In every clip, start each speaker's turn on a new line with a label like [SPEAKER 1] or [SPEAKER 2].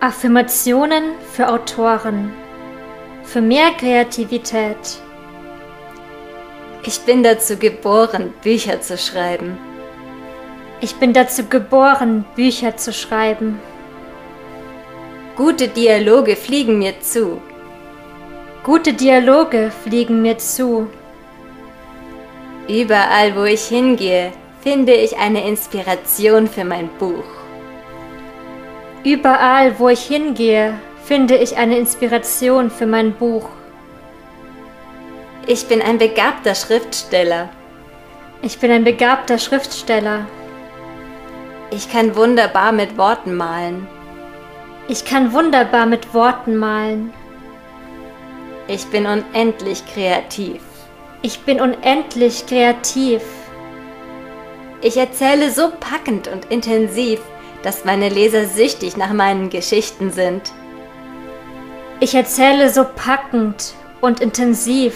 [SPEAKER 1] Affirmationen für Autoren. Für mehr Kreativität.
[SPEAKER 2] Ich bin dazu geboren, Bücher zu schreiben.
[SPEAKER 1] Ich bin dazu geboren, Bücher zu schreiben.
[SPEAKER 2] Gute Dialoge fliegen mir zu.
[SPEAKER 1] Gute Dialoge fliegen mir zu.
[SPEAKER 2] Überall, wo ich hingehe, finde ich eine Inspiration für mein Buch.
[SPEAKER 1] Überall, wo ich hingehe, finde ich eine Inspiration für mein Buch.
[SPEAKER 2] Ich bin ein begabter Schriftsteller.
[SPEAKER 1] Ich bin ein begabter Schriftsteller.
[SPEAKER 2] Ich kann wunderbar mit Worten malen.
[SPEAKER 1] Ich kann wunderbar mit Worten malen.
[SPEAKER 2] Ich bin unendlich kreativ.
[SPEAKER 1] Ich bin unendlich kreativ.
[SPEAKER 2] Ich erzähle so packend und intensiv, dass meine Leser süchtig nach meinen Geschichten sind.
[SPEAKER 1] Ich erzähle so packend und intensiv,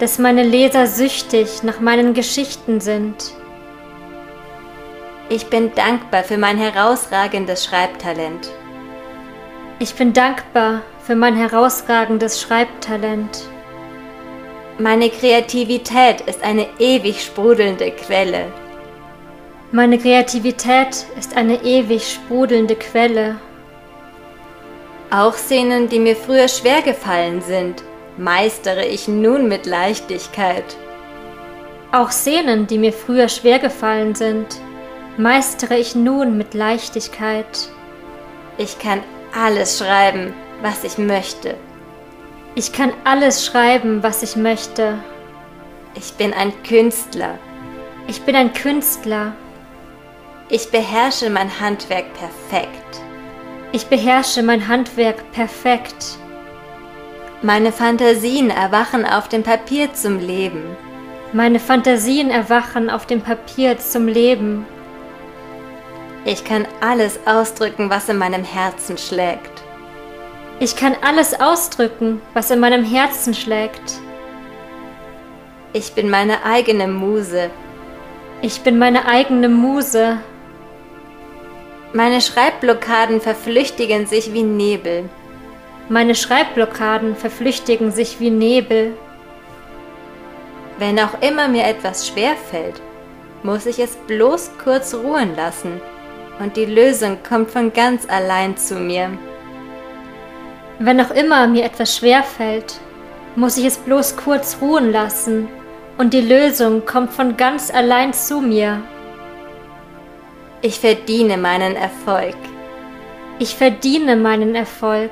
[SPEAKER 1] dass meine Leser süchtig nach meinen Geschichten sind.
[SPEAKER 2] Ich bin dankbar für mein herausragendes Schreibtalent.
[SPEAKER 1] Ich bin dankbar für mein herausragendes Schreibtalent.
[SPEAKER 2] Meine Kreativität ist eine ewig sprudelnde Quelle.
[SPEAKER 1] Meine Kreativität ist eine ewig sprudelnde Quelle.
[SPEAKER 2] Auch Szenen, die mir früher schwer gefallen sind, meistere ich nun mit Leichtigkeit.
[SPEAKER 1] Auch Szenen, die mir früher schwer gefallen sind, meistere ich nun mit Leichtigkeit.
[SPEAKER 2] Ich kann alles schreiben, was ich möchte.
[SPEAKER 1] Ich kann alles schreiben, was ich möchte.
[SPEAKER 2] Ich bin ein Künstler.
[SPEAKER 1] Ich bin ein Künstler.
[SPEAKER 2] Ich beherrsche mein Handwerk perfekt.
[SPEAKER 1] Ich beherrsche mein Handwerk perfekt.
[SPEAKER 2] Meine Fantasien erwachen auf dem Papier zum Leben.
[SPEAKER 1] Meine Fantasien erwachen auf dem Papier zum Leben.
[SPEAKER 2] Ich kann alles ausdrücken, was in meinem Herzen schlägt.
[SPEAKER 1] Ich kann alles ausdrücken, was in meinem Herzen schlägt.
[SPEAKER 2] Ich bin meine eigene Muse.
[SPEAKER 1] Ich bin meine eigene Muse.
[SPEAKER 2] Meine Schreibblockaden verflüchtigen sich wie Nebel.
[SPEAKER 1] Meine Schreibblockaden verflüchtigen sich wie Nebel.
[SPEAKER 2] Wenn auch immer mir etwas schwerfällt, muss ich es bloß kurz ruhen lassen und die Lösung kommt von ganz allein zu mir.
[SPEAKER 1] Wenn auch immer mir etwas schwerfällt, muss ich es bloß kurz ruhen lassen und die Lösung kommt von ganz allein zu mir.
[SPEAKER 2] Ich verdiene meinen Erfolg.
[SPEAKER 1] Ich verdiene meinen Erfolg.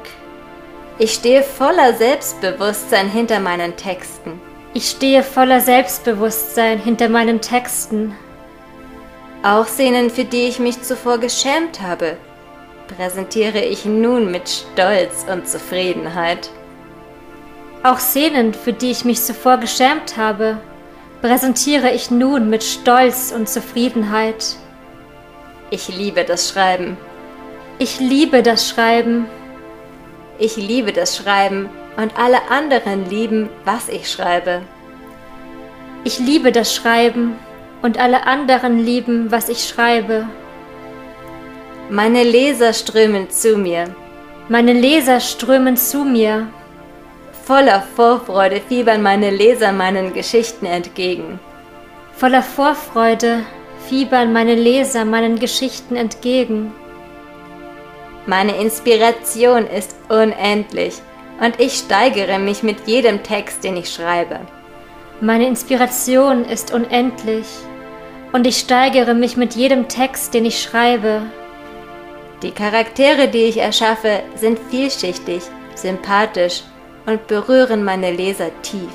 [SPEAKER 2] Ich stehe voller Selbstbewusstsein hinter meinen Texten.
[SPEAKER 1] Ich stehe voller Selbstbewusstsein hinter meinen Texten.
[SPEAKER 2] Auch Szenen, für die ich mich zuvor geschämt habe, präsentiere ich nun mit Stolz und Zufriedenheit.
[SPEAKER 1] Auch Szenen, für die ich mich zuvor geschämt habe, präsentiere ich nun mit Stolz und Zufriedenheit.
[SPEAKER 2] Ich liebe das Schreiben.
[SPEAKER 1] Ich liebe das Schreiben.
[SPEAKER 2] Ich liebe das Schreiben und alle anderen lieben, was ich schreibe.
[SPEAKER 1] Ich liebe das Schreiben und alle anderen lieben, was ich schreibe.
[SPEAKER 2] Meine Leser strömen zu mir.
[SPEAKER 1] Meine Leser strömen zu mir.
[SPEAKER 2] Voller Vorfreude fiebern meine Leser meinen Geschichten entgegen.
[SPEAKER 1] Voller Vorfreude fiebern meine Leser meinen Geschichten entgegen.
[SPEAKER 2] Meine Inspiration ist unendlich und ich steigere mich mit jedem Text, den ich schreibe.
[SPEAKER 1] Meine Inspiration ist unendlich und ich steigere mich mit jedem Text, den ich schreibe.
[SPEAKER 2] Die Charaktere, die ich erschaffe, sind vielschichtig, sympathisch und berühren meine Leser tief.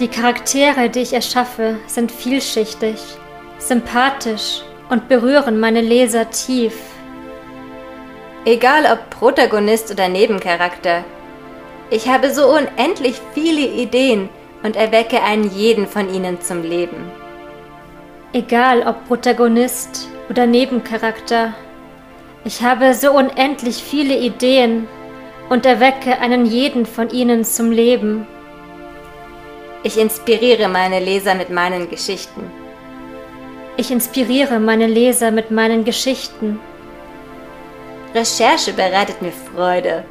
[SPEAKER 1] Die Charaktere, die ich erschaffe, sind vielschichtig, sympathisch und berühren meine Leser tief.
[SPEAKER 2] Egal ob Protagonist oder Nebencharakter. Ich habe so unendlich viele Ideen und erwecke einen jeden von ihnen zum Leben.
[SPEAKER 1] Egal ob Protagonist oder Nebencharakter. Ich habe so unendlich viele Ideen und erwecke einen jeden von ihnen zum Leben.
[SPEAKER 2] Ich inspiriere meine Leser mit meinen Geschichten.
[SPEAKER 1] Ich inspiriere meine Leser mit meinen Geschichten.
[SPEAKER 2] Recherche bereitet mir Freude.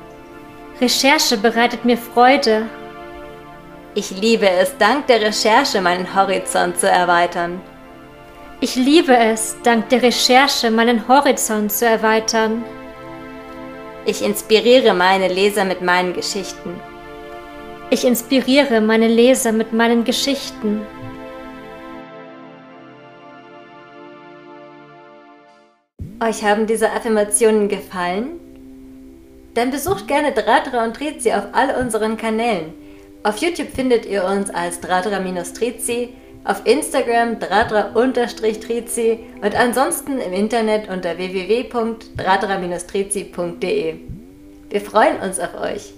[SPEAKER 1] Recherche bereitet mir Freude.
[SPEAKER 2] Ich liebe es, dank der Recherche meinen Horizont zu erweitern.
[SPEAKER 1] Ich liebe es, dank der Recherche meinen Horizont zu erweitern.
[SPEAKER 2] Ich inspiriere meine Leser mit meinen Geschichten.
[SPEAKER 1] Ich inspiriere meine Leser mit meinen Geschichten.
[SPEAKER 2] Euch haben diese Affirmationen gefallen? Dann besucht gerne Dratra und Trizi auf all unseren Kanälen. Auf YouTube findet ihr uns als Dratra-Trizi, auf Instagram Dratra-Trizi und ansonsten im Internet unter www.dratra-trizi.de. Wir freuen uns auf euch!